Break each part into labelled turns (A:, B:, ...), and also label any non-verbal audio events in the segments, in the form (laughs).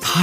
A: 他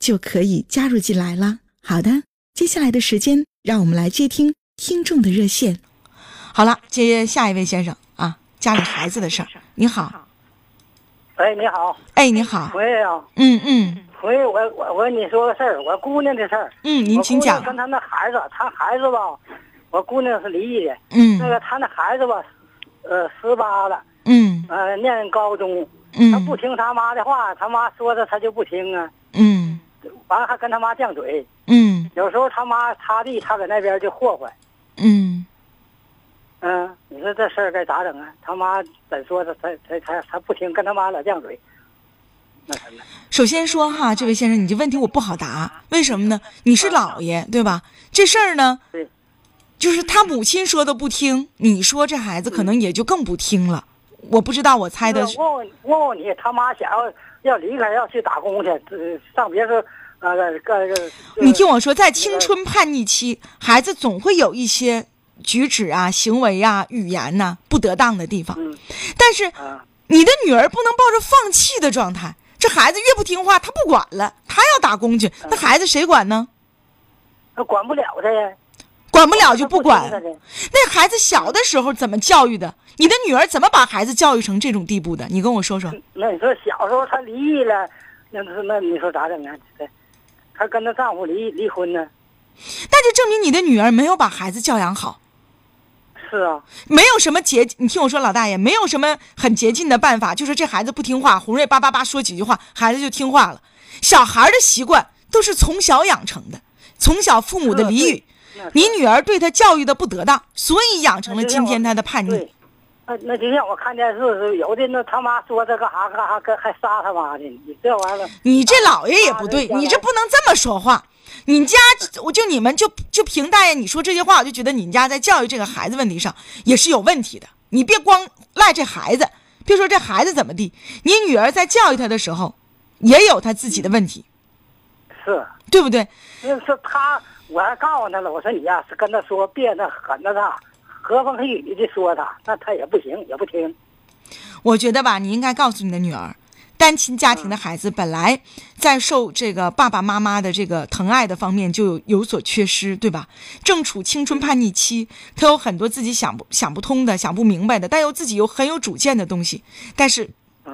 B: 就可以加入进来了。好的，接下来的时间，让我们来接听听众的热线。好了，接下一位先生啊，家里孩子的事儿。你好，
C: 哎，你好，
B: 哎，你好，
C: 喂啊，
B: 嗯嗯
C: 喂，我我我跟你说个事儿，我姑娘的事儿。
B: 嗯，您请
C: 我
B: 讲
C: 姑。娘跟她那孩子，她孩子吧，我姑娘是离异的。那
B: 嗯
C: 个她那孩子吧，呃，十八了，
B: 嗯
C: 呃，念高中，她
B: 嗯
C: 不听她妈的话，她妈说的她就不听啊，
B: 嗯
C: 完了还跟她妈犟嘴，
B: 嗯
C: 有时候她妈她弟她搁那边就霍霍。
B: 嗯
C: 嗯、你说这事儿该咋整啊？他妈怎说的？她她她她不听，跟他妈老犟嘴，那什么。
B: 首先说哈，这位先生，你这问题我不好答，为什么呢？你是老爷对吧？这事儿呢
C: 嗯对，
B: 就是他母亲说的不听，你说这孩子可能也就更不听了。我不知道，我猜的是，
C: 嗯问问问问你，他妈想要要离开，要去打工去，呃上别处，呃，个个，个
B: 你听我说，在青春叛逆期，孩子总会有一些举止啊、行为啊、语言呐、不得当的地方
C: 嗯。
B: 但是
C: 啊，
B: 你的女儿不能抱着放弃的状态，这孩子越不听话，她不管了，她要打工去，那孩子谁管呢？
C: 那管不了他呀，
B: 管不了就不管。
C: 他听他的
B: 那孩子小的时候怎么教育的？你的女儿怎么把孩子教育成这种地步的？你跟我说说。
C: 那你说小时候他离异了，那那那你说咋整啊？这她跟她丈夫离离婚呢？
B: 那就证明你的女儿没有把孩子教养好，
C: 是啊，
B: 没有什么捷，你听我说，老大爷，没有什么很捷径的办法，就是这孩子不听话，胡瑞叭叭叭说几句话，孩子就听话了。小孩的习惯都是从小养成的，从小父母的
C: 是啊
B: 离
C: 对
B: 语
C: 那是，
B: 你女儿对他教育的不得当，所以养成了
C: 那就
B: 今
C: 像
B: 天
C: 我
B: 他的叛逆。
C: 对，那那就像我看电视似的，有的那他妈说这干啥干啥，跟还杀他妈的，你这玩意儿，
B: 你这老爷也不对，
C: 啊
B: 你这不能这么说话。你家我就你们就就凭大爷你说这些话，我就觉得你家在教育这个孩子问题上也是有问题的。你别光赖这孩子，别说这孩子怎么地，你女儿在教育他的时候也有她自己的问题，
C: 是。啊
B: 对不对？
C: 那是他，我还告诉他了，我说你呀、是跟他说别那狠着他，和风细雨的说他，那他也不行，也不听。
B: 我觉得吧，你应该告诉你的女儿，单亲家庭的孩子本来在受这个爸爸妈妈的这个疼爱的方面就有有所缺失，对吧？正处青春叛逆期，他有很多自己想不想不通的、想不明白的，但又自己有很有主见的东西。但是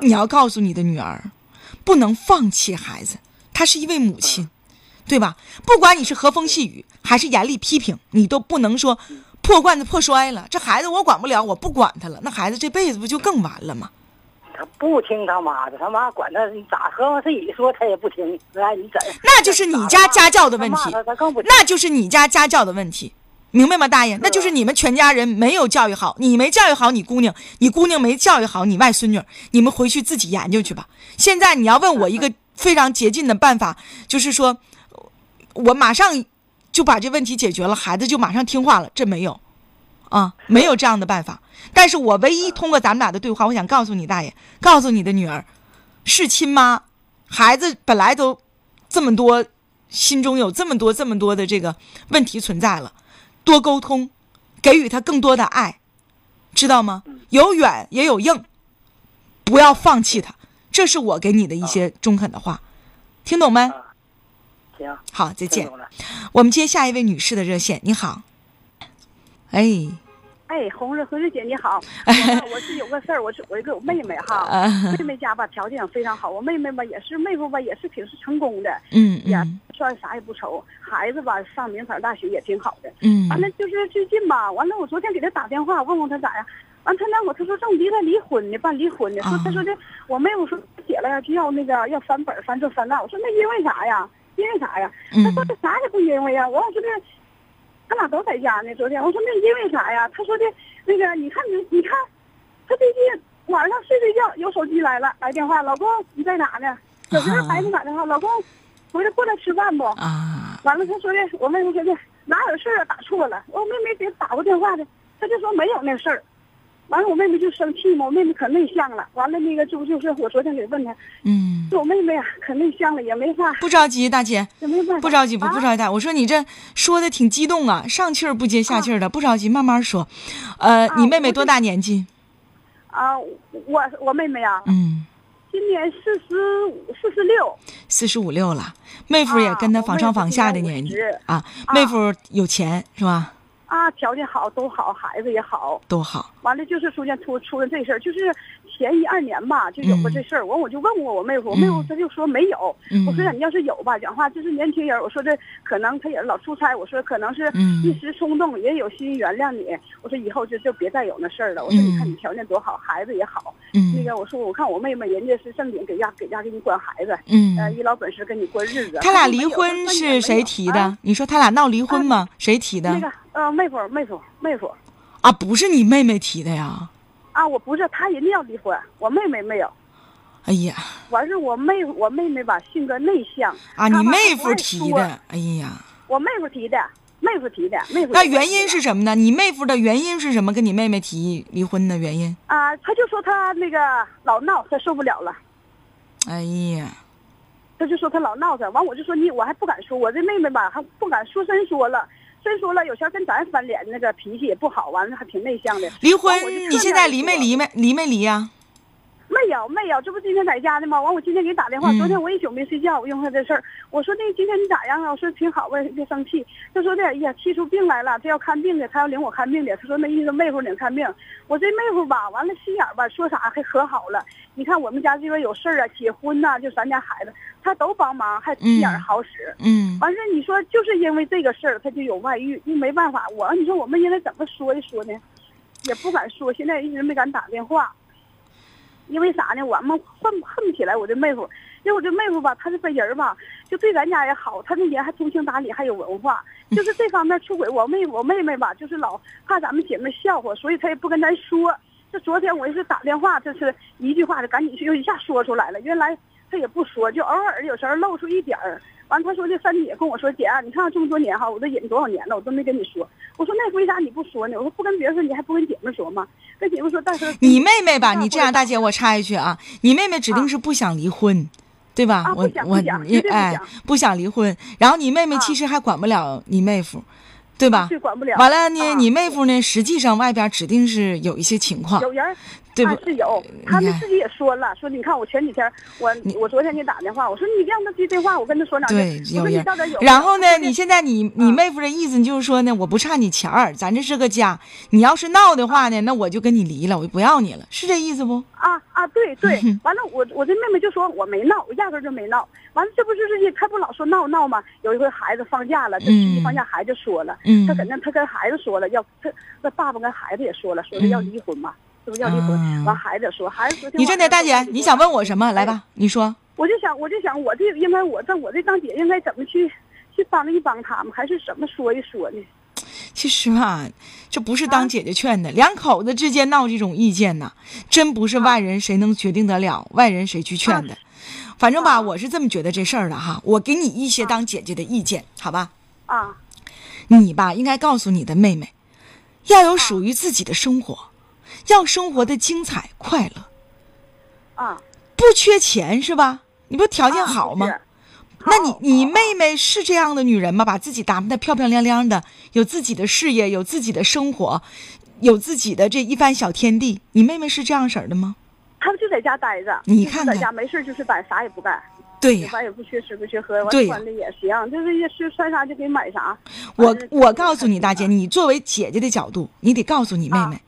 B: 你要告诉你的女儿，不能放弃孩子，她是一位母亲，对吧？不管你是和风细雨还是严厉批评，你都不能说破罐子破摔了。这孩子我管不了，我不管他了，那孩子这辈子不就更完了吗？
C: 他不听他妈的，他妈管他，你咋和风细雨说他也不听，那你怎？
B: 那就是你家家教的问
C: 他
B: 题
C: 骂他，他更不听。
B: 那就是你家家教的问题，明白吗，大爷？那就是你们全家人没有教育好，你没教育好你姑娘，你姑娘没教育好你外孙女，你们回去自己研究去吧。现在你要问我一个非常捷径的办法，就是说，我马上就把这问题解决了，孩子就马上听话了，这没有。啊，没有这样的办法。但是我唯一通过咱们俩的对话，我想告诉你大爷，告诉你的女儿，是亲妈，孩子本来都这么多，心中有这么多这么多的这个问题存在了，多沟通，给予他更多的爱，知道吗？
C: 嗯
B: 有远也有硬，不要放弃他。这是我给你的一些中肯的话，听懂没？
C: 行，
B: 好，再
C: 啊听
B: 见
C: 懂。了。
B: 我们接下一位女士的热线。你好，哎，
C: 哎，红日红日姐你
B: (laughs)
C: 好，哎我是有个事儿，我是我一个妹妹哈，
B: 啊，
C: 妹妹家吧条件非常好，我妹妹吧也是妹夫吧也是挺是成功的，
B: 嗯
C: 也
B: 嗯
C: 算啥也不愁，孩子吧上名牌大学也挺好的，
B: 嗯，
C: 完了啊就是最近吧，完了我昨天给他打电话问问他咋样，完他那我他说正离他离婚呢，办离婚呢，说
B: 啊
C: 他说的我妹夫说写了就要那个要翻本儿翻这翻那，我说那因为啥呀？因为啥呀？他说
B: 嗯
C: 的啥也不因为呀，我说的，他俩都在家呢。昨天我说那因为啥呀？他说的，那个你看你你看，他最近晚上睡睡觉有手机来了，来电话，老公你在哪呢？有时候孩子打电话，老公回来过来吃饭不？
B: 啊，
C: 完了，他说的，我妹夫说的哪有事儿啊，打错了，我妹妹给打过电话的，他就说没有那事儿。完了，我妹妹就生气嘛，我妹妹可内向了。完了，那个这不就是我昨天给问他，
B: 嗯，
C: 说我妹妹啊可内向了，也没法，
B: 不着急，大姐，
C: 也没 (laughs) 办法。
B: 不着急，不
C: 啊
B: 不着急大。我说你这说的挺激动啊，上气儿不接下气儿的，不着急，慢慢说。呃，
C: 啊
B: 你妹妹
C: 我
B: 多
C: 就
B: 大年纪？
C: 啊，我我妹妹啊，
B: 嗯，
C: 今年四十五、四十六，
B: 四十五六了，妹夫也
C: 啊
B: 跟他
C: 我
B: 仿
C: 妹
B: 上
C: 夫
B: 仿
C: 今
B: 下的
C: 年
B: 年纪
C: 50
B: 啊，
C: 啊
B: 妹夫有钱是吧？
C: 啊，条件好，都好，孩子也好。
B: 都好，
C: 完了就是出现出出了这事儿，就是前一二年吧，就有过这事儿。完、我就问过我妹夫，我妹夫
B: 嗯
C: 他就说没有。
B: 嗯
C: 我说你要是有吧，讲话就是年轻人，我说这可能他也是老出差，我说可能是
B: 嗯
C: 一时冲动，也有心原谅你。我说以后就就别再有那事儿了。我说你看你条件多好，孩子也好。那
B: 嗯
C: 个我说我看我妹妹人家是正经给家给家给你管孩子，呃，
B: 嗯，
C: 一老本事跟你过日子。
B: 他俩
C: 说没
B: 离
C: 有
B: 婚
C: 说没
B: 是
C: 有
B: 谁
C: 啊嗯
B: 提的？你说他俩闹离婚吗？谁提
C: 那
B: 的？
C: 个呃，妹夫，妹夫，妹夫
B: 啊，不是你妹妹提的呀？
C: 啊，我不是他，人家要离婚，我妹妹没有，
B: 哎呀
C: 完事我妹我妹妹吧，性格内向
B: 啊，
C: 她
B: 你
C: 吧
B: 妹
C: 不
B: 夫
C: 爱
B: 提
C: 说
B: 的，哎呀，
C: 我妹夫提的，妹夫提的，妹夫提的。
B: 那原因是什么呢？你妹夫的原因是什么？跟你妹妹提离婚的原因？
C: 啊，他就说他那个老闹，他受不了了。
B: 哎呀，
C: 他就说他老闹腾，完我就说你，我还不敢说，我这妹妹吧还不敢说，真说了，真说了，有时候跟咱翻脸，那个脾气也不好，完了还挺内向的。
B: 离
C: 完哦我就
B: 婚
C: 特
B: 你现
C: 愿
B: 在
C: 意
B: 离
C: 说
B: 没离没离没离呀？
C: 没有没有，这不今天在家呢吗？完，我今天给你打电话，
B: 嗯
C: 昨天我一宿没睡觉，我用他这事儿，我说那个今天你咋样啊？我说挺好，我也别生气。他说的，哎呀，气出病来了，他要看病去，他要领我看病去。他说那意思妹夫领看病，我这妹夫吧，完了心眼儿吧，说啥还和好了。你看我们家这边有事儿啊，结婚呐、就咱家孩子，他都帮忙，还心眼儿好使。
B: 嗯
C: 完事儿你说就是因为这个事儿，他就有外遇，你没办法，我你说我们应该怎么说一说呢？也不敢说，现在一直没敢打电话，因为啥呢？我们恨恨不起来我这妹夫，因为我这妹夫吧，他这个人吧，就对咱家也好，他这人还通情达理，还有文化，就是这方面出轨。我妹我妹妹吧，就是老怕咱们姐妹笑话，所以她也不跟咱说。这昨天我也是打电话，这是一句话就赶紧就一下说出来了。原来她也不说，就偶尔有时候露出一点儿。完，她说这三姐跟我说：“姐啊，你看这么多年哈，我都忍多少年了，我都没跟你说。”我说：“那为啥你不说呢？”我说：“不跟别人说，你还不跟姐们说吗？跟姐们说，但是
B: 你妹妹吧，你这样，大
C: 姐。
B: 姐，我插一句啊，你妹妹指定是不想离婚，对吧？
C: 啊
B: 我
C: 不想
B: 我
C: 不想
B: 你
C: 绝对不
B: 哎
C: 想，
B: 不想离婚。然后你妹妹
C: 啊
B: 其实还管不了你妹夫，对吧？
C: 是管不了
B: 完了呢，
C: 啊
B: 你妹夫呢，实际上外边指定是有一些情况，
C: (laughs) 有人儿
B: (laughs) 对
C: 他
B: 不
C: 是有，他
B: 你
C: 们
B: 看
C: 自己也说了，说你看我前几天我我昨天给你打电话，我说你让他接电话，我跟他说两句，
B: 对，有
C: 我说你
B: 人
C: 到底有。。嗯
B: 然后呢，你现在你你妹夫的意思就是说呢，我不差你钱儿，咱这是个家。你要是闹的话呢，那我就跟你离了，我就不要你了，是这意思不？
C: 啊啊，对对，
B: 嗯
C: 完了我我这妹妹就说我没闹，我压根儿就没闹。完了这不就是一他不老说闹闹吗？有一回孩子放假了，这一
B: 嗯
C: 放假孩子就说了，
B: 嗯
C: 他，跟那他跟孩子说了要他那爸爸跟孩子也说了，说是要离婚嘛，是不是要离婚？
B: 嗯啊
C: 完、孩子说孩子昨天
B: 你真的，
C: 晚上
B: 大
C: 说要
B: 姐
C: 离，婚
B: 你想问我什么？来吧，你说。
C: 我就想，我就想，我这应该我这我这当姐应该怎么去去帮一帮他们，还是怎么说一说呢？
B: 其实吧，这不是当姐姐劝的，两口子之间闹这种意见呐，真不是外人谁能决定得了，外人谁去劝的。反正吧，
C: 啊
B: 我是这么觉得这事儿的哈。我给你一些当姐姐的意见，好吧？
C: 啊
B: 你吧，应该告诉你的妹妹，要有属于自己的生活，要生活的精彩快乐，
C: 啊，
B: 不缺钱是吧？你不条件好吗？
C: 是
B: 那你
C: 好
B: 你
C: 好
B: 妹妹是这样的女人吗？把自己打扮的漂漂亮亮的，有自己的事业，有自己的生活，有自己的这一番小天地。你妹妹是这样式儿的吗？
C: 他们就在家待着，
B: 你
C: 就是
B: 看
C: 在
B: 看
C: 家没事就是待，啥也不干。
B: 对呀、
C: 咱也不缺吃不缺喝，
B: 对
C: 完
B: 呀
C: 穿的也行，就是也是穿啥就给买啥。
B: 我
C: 完了
B: 我告诉你，大姐，，你作为姐姐的角度，你得告诉你妹妹，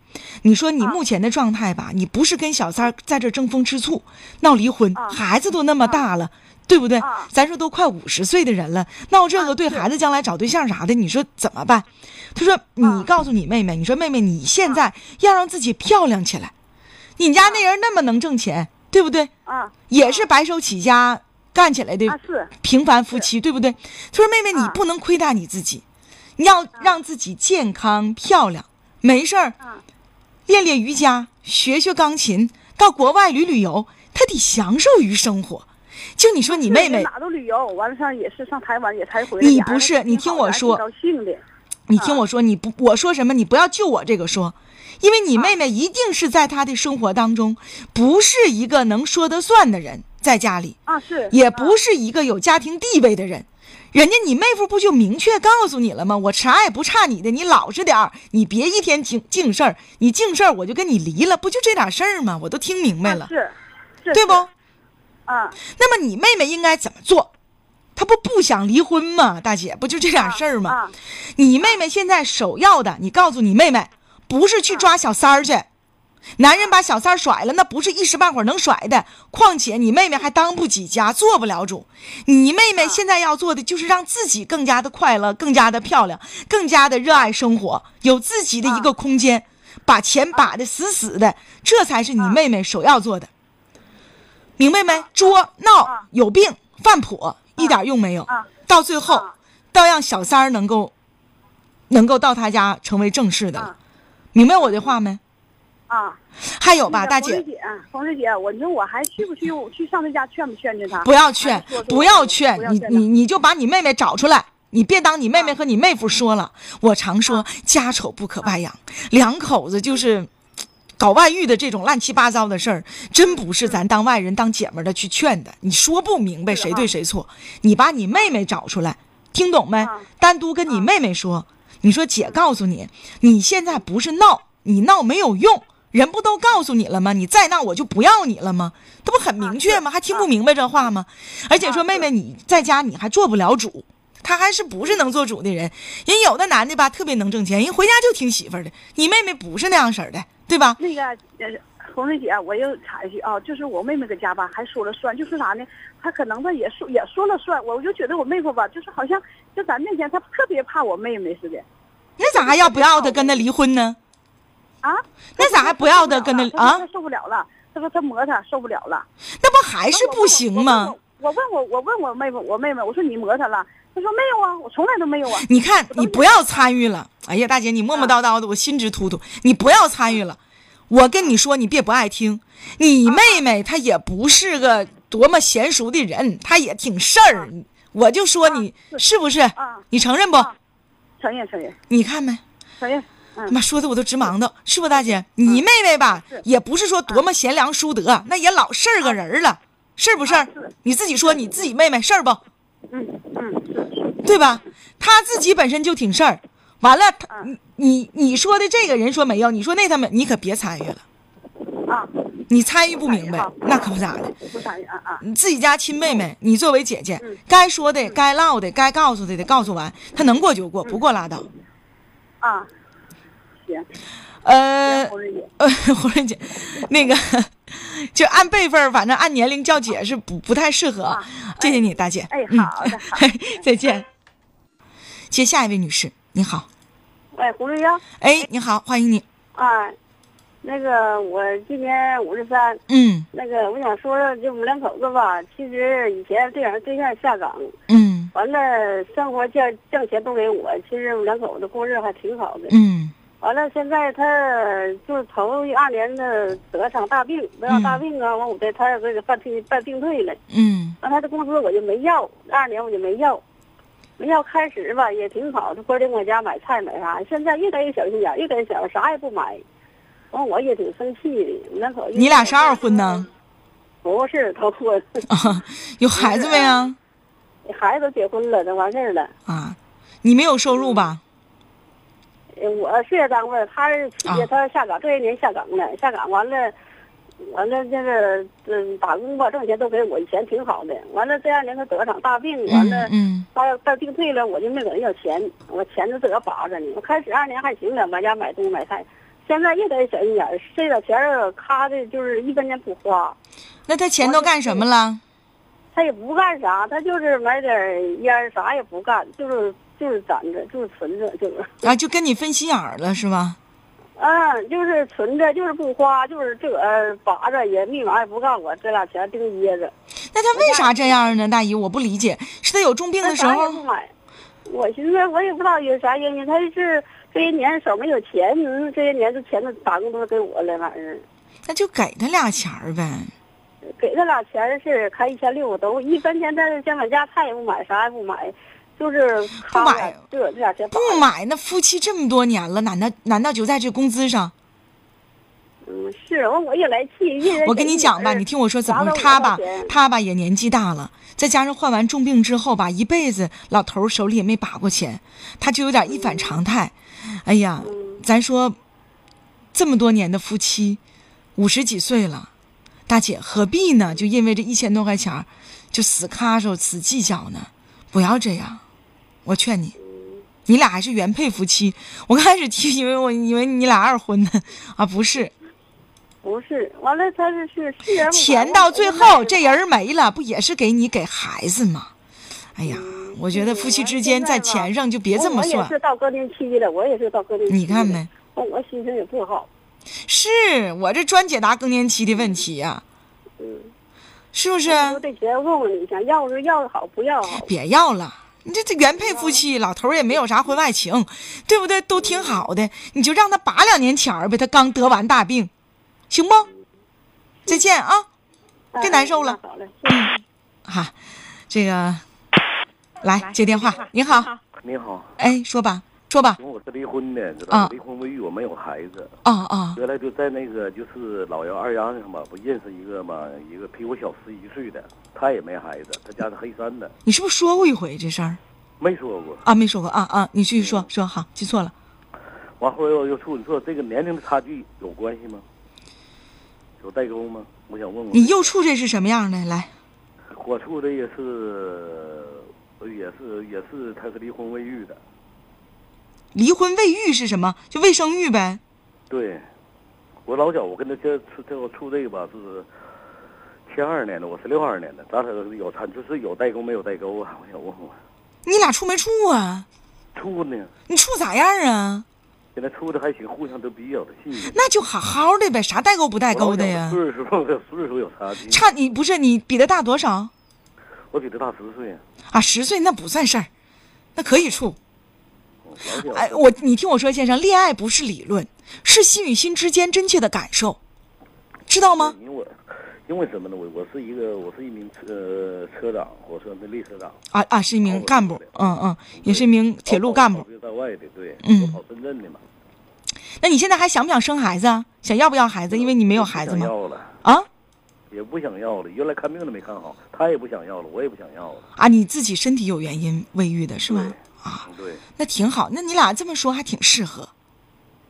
B: 你说你
C: 啊
B: 目前的状态吧，你不是跟小三儿在这儿争风吃醋、闹离婚，
C: 啊
B: 孩子都那么大了。对不对？
C: 啊
B: 咱说都快五十岁的人了，闹这个对
C: 是啊
B: 孩子将来找对象啥的，你说怎么办？他说：“你告诉你妹妹，你说妹妹，你现在要让自己漂亮起来。你家那人那么能挣钱，对不对？
C: 啊
B: 也是白手起家干起来的
C: 啊是
B: 平凡夫妻，对不对？他说：“妹妹，你
C: 啊
B: 不能亏待你自己，你要让自己健康漂亮，没事儿
C: 啊
B: 练练瑜伽，学学钢琴，到国外旅旅游，她得享受于生活。就你说你妹妹，
C: 哪都旅游，完了上也是上台湾也才回来。
B: 你
C: 俩人
B: 不是
C: 还
B: 你
C: 挺
B: 听
C: 好
B: 我
C: 的还
B: 说
C: 挺高兴的。
B: 你听我说，你不我说什么，你不要就我这个说，因为你妹妹一定是在她的生活当中，不是一个能说得算的人，在家里。”
C: 啊，是
B: 也
C: 啊
B: 不是一个有家庭地位的人。人家你妹夫不就明确告诉你了吗？我啥也不差你的，你老实点儿，你别一天净净事儿，你净事儿我就跟你离了，不就这点事儿吗？我都听明白
C: 啊
B: 了，
C: 是，是
B: 对不？
C: 是啊，
B: 那么你妹妹应该怎么做？她不不想离婚吗？大姐，不就这点事儿吗？
C: 啊
B: 你妹妹现在首要的，你告诉你妹妹，不是去抓小三儿去。男人把小三儿甩了，那不是一时半会儿能甩的。况且你妹妹还当不起家，做不了主。你妹妹现在要做的就是让自己更加的快乐，更加的漂亮，更加的热爱生活，有自己的一个空间，把钱把的死死的，这才是你妹妹首要做的。明白没？捉闹
C: 啊
B: 有病犯婆一点用没有
C: 啊，
B: 到最后
C: 啊
B: 倒让小三儿能够能够到他家成为正式的了
C: 啊，
B: 明白我的话没？
C: 啊，
B: 还有
C: 那
B: 吧，
C: 个
B: 大
C: 冯
B: 姐
C: 瑞，姐，冯瑞姐，我你说我还去不去？我去上他家劝不劝劝他？
B: 不要劝
C: 哎还是说，
B: 不要
C: 不
B: 劝
C: 要
B: 你，
C: 劝他啊
B: 你你就把你妹妹找出来。你别当你妹妹和你妹夫说了，我常说家丑不可外扬，两口子就是搞外遇的这种乱七八糟的事儿，真不是咱当外人当姐们儿的去劝的。你说不明白
C: 嗯是
B: 谁
C: 啊
B: 对谁错，你把你妹妹找出来，听懂没
C: 啊？嗯
B: 单独跟你妹妹说，你说姐告诉你，你现在不是闹，你闹没有用。人不都告诉你了吗？你再闹我就不要你了吗？这不很明确吗？还听不明白这话吗？而且说
C: 啊
B: 妹妹你在家你还做不了主，他还是不是能做主的人？人有的男的吧特别能挣钱，人回家就听媳妇儿的。你妹妹不是那样式儿的，对吧？
C: 那个呃，红瑞姐，我又插一句啊，就是我妹妹搁家吧，还说了算，就说啥呢？她可能吧也说也说了算，我就觉得我妹夫吧，就是好像就咱面前，她特别怕我妹妹似的
B: 那咋还要不要的跟他离婚呢？
C: 啊。
B: 那咋还不要的跟她啊
C: 她受不了了，她说她磨她受不了了，
B: 啊那不还是不行吗？
C: 我问我？我问我我问我妹夫，我妹妹，我说你磨她了，她说没有啊，我从来都没有啊。
B: 你看，
C: 都
B: 你
C: 是
B: 不要参与了。哎呀，大姐，你磨磨叨叨的，我心直突突。你不要参与了。我跟你说，你别不爱听。你妹妹她也不是个多么娴熟的人，她也挺事儿。我就说你
C: 啊
B: 是不是
C: 啊？
B: 你承认不？
C: 承认承认
B: 你看没？
C: 承认，嗯。
B: 妈说的我都直忙叨，是不，大姐？你妹妹吧
C: 是，啊
B: 也不是说多么贤良淑德，那也老事儿个人儿了，是不是
C: 啊是？
B: 你自己说你自己妹妹事儿不？
C: 嗯嗯，是是
B: 对吧？他自己本身就挺事儿，完了，他
C: 嗯
B: 你你你说的这个人说没有，你说那他们，你可别参与了，
C: 啊，
B: 你参与不明白
C: 哎呀，
B: 那可不咋的。
C: 不参与啊啊
B: 你自己家亲妹妹，你作为姐姐
C: 嗯，嗯
B: 该说的、该唠的、该告诉的得告诉完，她能过就过，不过拉倒。
C: 啊，行，
B: 呃
C: 行，红瑞姐，
B: 呃， (laughs) 胡润姐，那个就按辈分儿，反正按年龄叫姐是不不太适合。
C: 啊
B: 谢谢你，大姐。
C: 哎，
B: 嗯，
C: 好的，好
B: (laughs) 再见。接下一位女士，你好，
C: 哎，胡瑞英，
B: 哎，你好，欢迎你。
C: 啊，那个哎我今年五十三，
B: 嗯
C: 那个我想说说，就我们两口子吧，其实以前对象对象下岗，
B: 嗯
C: 完了生活挣挣钱都给我，其实我们两口子过日子还挺好的。
B: 嗯
C: 完了现在他就是头一二年的得场大病，得场大病啊，完我这他也给办病办病退了。
B: 嗯
C: 完他的工资我就没要，二年我就没要，没要开始吧也挺好，他规定我家买菜买啥，现在越来越小心眼儿，越来越小，啥也不买。完我也挺生气的，我两口子
B: 你俩是二婚呢？
C: 不是头
B: (laughs)
C: 婚，
B: 啊，有孩子没啊？
C: 孩子都结婚了，都完事儿了。
B: 啊，你没有收入吧？
C: 哎呃我事业单位，他是企业，
B: 啊
C: 他下岗，这些年下岗了，下岗完了，完了这个嗯打工吧挣钱都给我，以前挺好的。完了这两年他得场大病，完了
B: 嗯嗯
C: 他到定罪了，我就没给人要钱，我钱就自个儿把着呢。我开始二年还行了，往家买东西买菜，现在越来越小心眼儿，这点钱儿咔的就是一分钱不花。
B: 那他钱都干什么了？
C: 他也不干啥，他就是买点儿烟儿，啥也不干，就是就是攒着，就是存着，就是。
B: 啊，就跟你分心眼儿了是吧？
C: 嗯，就是存着，就是不花，就是自个儿把着，也密码也不告我，这俩钱盯掖着，
B: 那他为啥这样呢？大姨，我不理解，是他有重病
C: 那
B: 的时
C: 啥也不
B: 候，
C: 买。我寻思我也不知道有啥原因，他是这些年手没有钱，嗯这些年这钱都打工都是给我了，反正
B: 那就给他俩钱儿呗。
C: 给他俩钱是开一千六，都一分钱在先买家菜也不买，啥也不买，就是
B: 不
C: 咔
B: 买
C: 自个儿这俩钱把
B: 不
C: 着
B: 买，那夫妻这么多年了，难道难道就在这工资上？
C: 嗯，是我我也来气，一人
B: 我跟你讲吧，
C: 给
B: 你听我说怎么回
C: 砸了
B: 事
C: 我
B: 他
C: 多少
B: 吧
C: 钱，
B: 他吧也年纪大了，再加上患完重病之后吧，一辈子老头儿手里也没把过钱，他就有点一反常态。哎呀，咱说这么多年的夫妻，五十几岁了，大姐何必呢？就因为这一千多块钱儿就死卡手死计较呢？不要这样，我劝你。你俩还是原配夫妻，我开始听，以为我以为你俩二婚呢，啊，不是，
C: 不是，完了他是是是人不买
B: 钱到最后这人儿没了，不也是给你给孩子吗？哎呀，我觉得夫妻之间在钱上就别这么
C: 我我也
B: 算
C: 是。到更年期了，我也是到更年期。
B: 你看没？
C: 我我心情也不好，
B: 是我这专解答更年期的问题呀、是不是？
C: 嗯
B: 啊
C: 我这钱问问你一下，要是要好，不要好。
B: 别要了。你这这原配夫妻，老头儿也没有啥婚外情，对不对？都挺好的，你就让他把两年钱儿呗，他刚得完大病，行不？再见啊！别难受了
C: 哎那好嘞，谢谢
B: 哈，这个，来接电话。你好，
D: 你好，
B: 哎，说吧，说吧。
D: 因为我是离婚的，知道
B: 啊
D: 吗？离婚未育，我没有孩子。
B: 啊啊
D: 原来就在那个就是老幺二丫上嘛，不认识一个嘛，一个比我小十一岁的，他也没孩子，他家是黑山的，
B: 你是不是说过一回这事儿
D: 没说过。
B: 啊？没说过啊啊！你继续说说好，记错了。
D: 完后又又处，你说这个年龄的差距有关系吗？有代沟吗？我想问问
B: 你，右处这是什么样的？来，
D: 我处的也是，也是也是，他是离婚未育的，
B: 离婚未育是什么？就未生育呗。
D: 对，我老小，我跟他这处这我处这个吧是七二年的，我是六二年的，咱俩有差，就是有代沟没有代沟啊？我想问问，
B: 你俩处没处啊？
D: 处呢？
B: 你处咋样啊？
D: 现在处的还行，互相都比较的信任。
B: 那就好好的呗，啥代沟不代沟的呀
D: 我？老小岁数岁数有差距，
B: 差你不是你比他大多少
D: 我比他大十岁。
B: 啊？十岁那不算事儿，那可以处。
D: 老小，
B: 哎，我你听我说，先生，恋爱不是理论，是心与心之间真切的感受，知道吗？
D: 因为我因为什么呢？我我是一个我是一名呃车长，火车的列车长，
B: 啊啊，是一名干部，嗯嗯，也是一名铁路干部
D: 我。跑在外的，对，
B: 嗯
D: 我跑深圳的嘛，
B: 那你现在还想不想生孩子啊？想要不要孩子？因为你没有孩子
D: 不
B: 嘛
D: 嗯想。要了，
B: 啊
D: 也不想要了。原来看病都没看好，他也不想要了，我也不想要了。
B: 啊，你自己身体有原因未育的是吧？啊，
D: 嗯对，
B: 那挺好。那你俩这么说还挺适合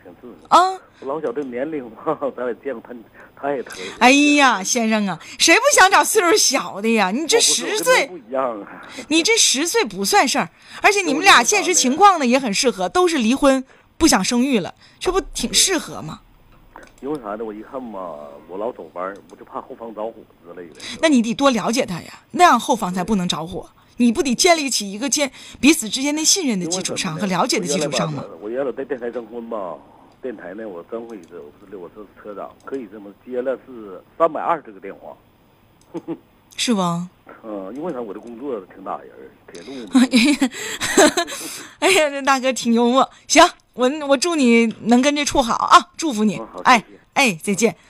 D: 挺自责。
B: 啊。
D: 我老小这年龄嘛，咱也见过他，他也得。
B: 哎呀，先生啊，谁不想找岁数小的呀？你这
D: 我不是
B: 十
D: 我跟他
B: 岁，
D: 不一样啊， (laughs)
B: 你这十岁不算事儿，而且你们俩现实情况呢也很适合，都是离婚不想生育了，这不挺适合吗？
D: 因为啥呢？我一看嘛，我老走弯儿，我就怕后方着火之类的。
B: 那你得多了解他呀，那样后方才不能着火。你不得建立起一个建彼此之间的信任的
D: 因为
B: 基础
D: 什
B: 上
D: 么呢
B: 和了解的基础上吗？？
D: 我原来吧我原来在电台征婚吧，电台呢我征过一次，我是我是车长，可以这么接了是三百二十个电话。
B: 是不？
D: 嗯，因为啥？我的工作挺打人儿，铁路
B: (laughs)
D: 嘛
B: 哎呀，这大哥挺幽默。行，我我祝你能跟这处好啊，祝福你
D: 嗯好。
B: 哎
D: 谢谢
B: 哎，再见。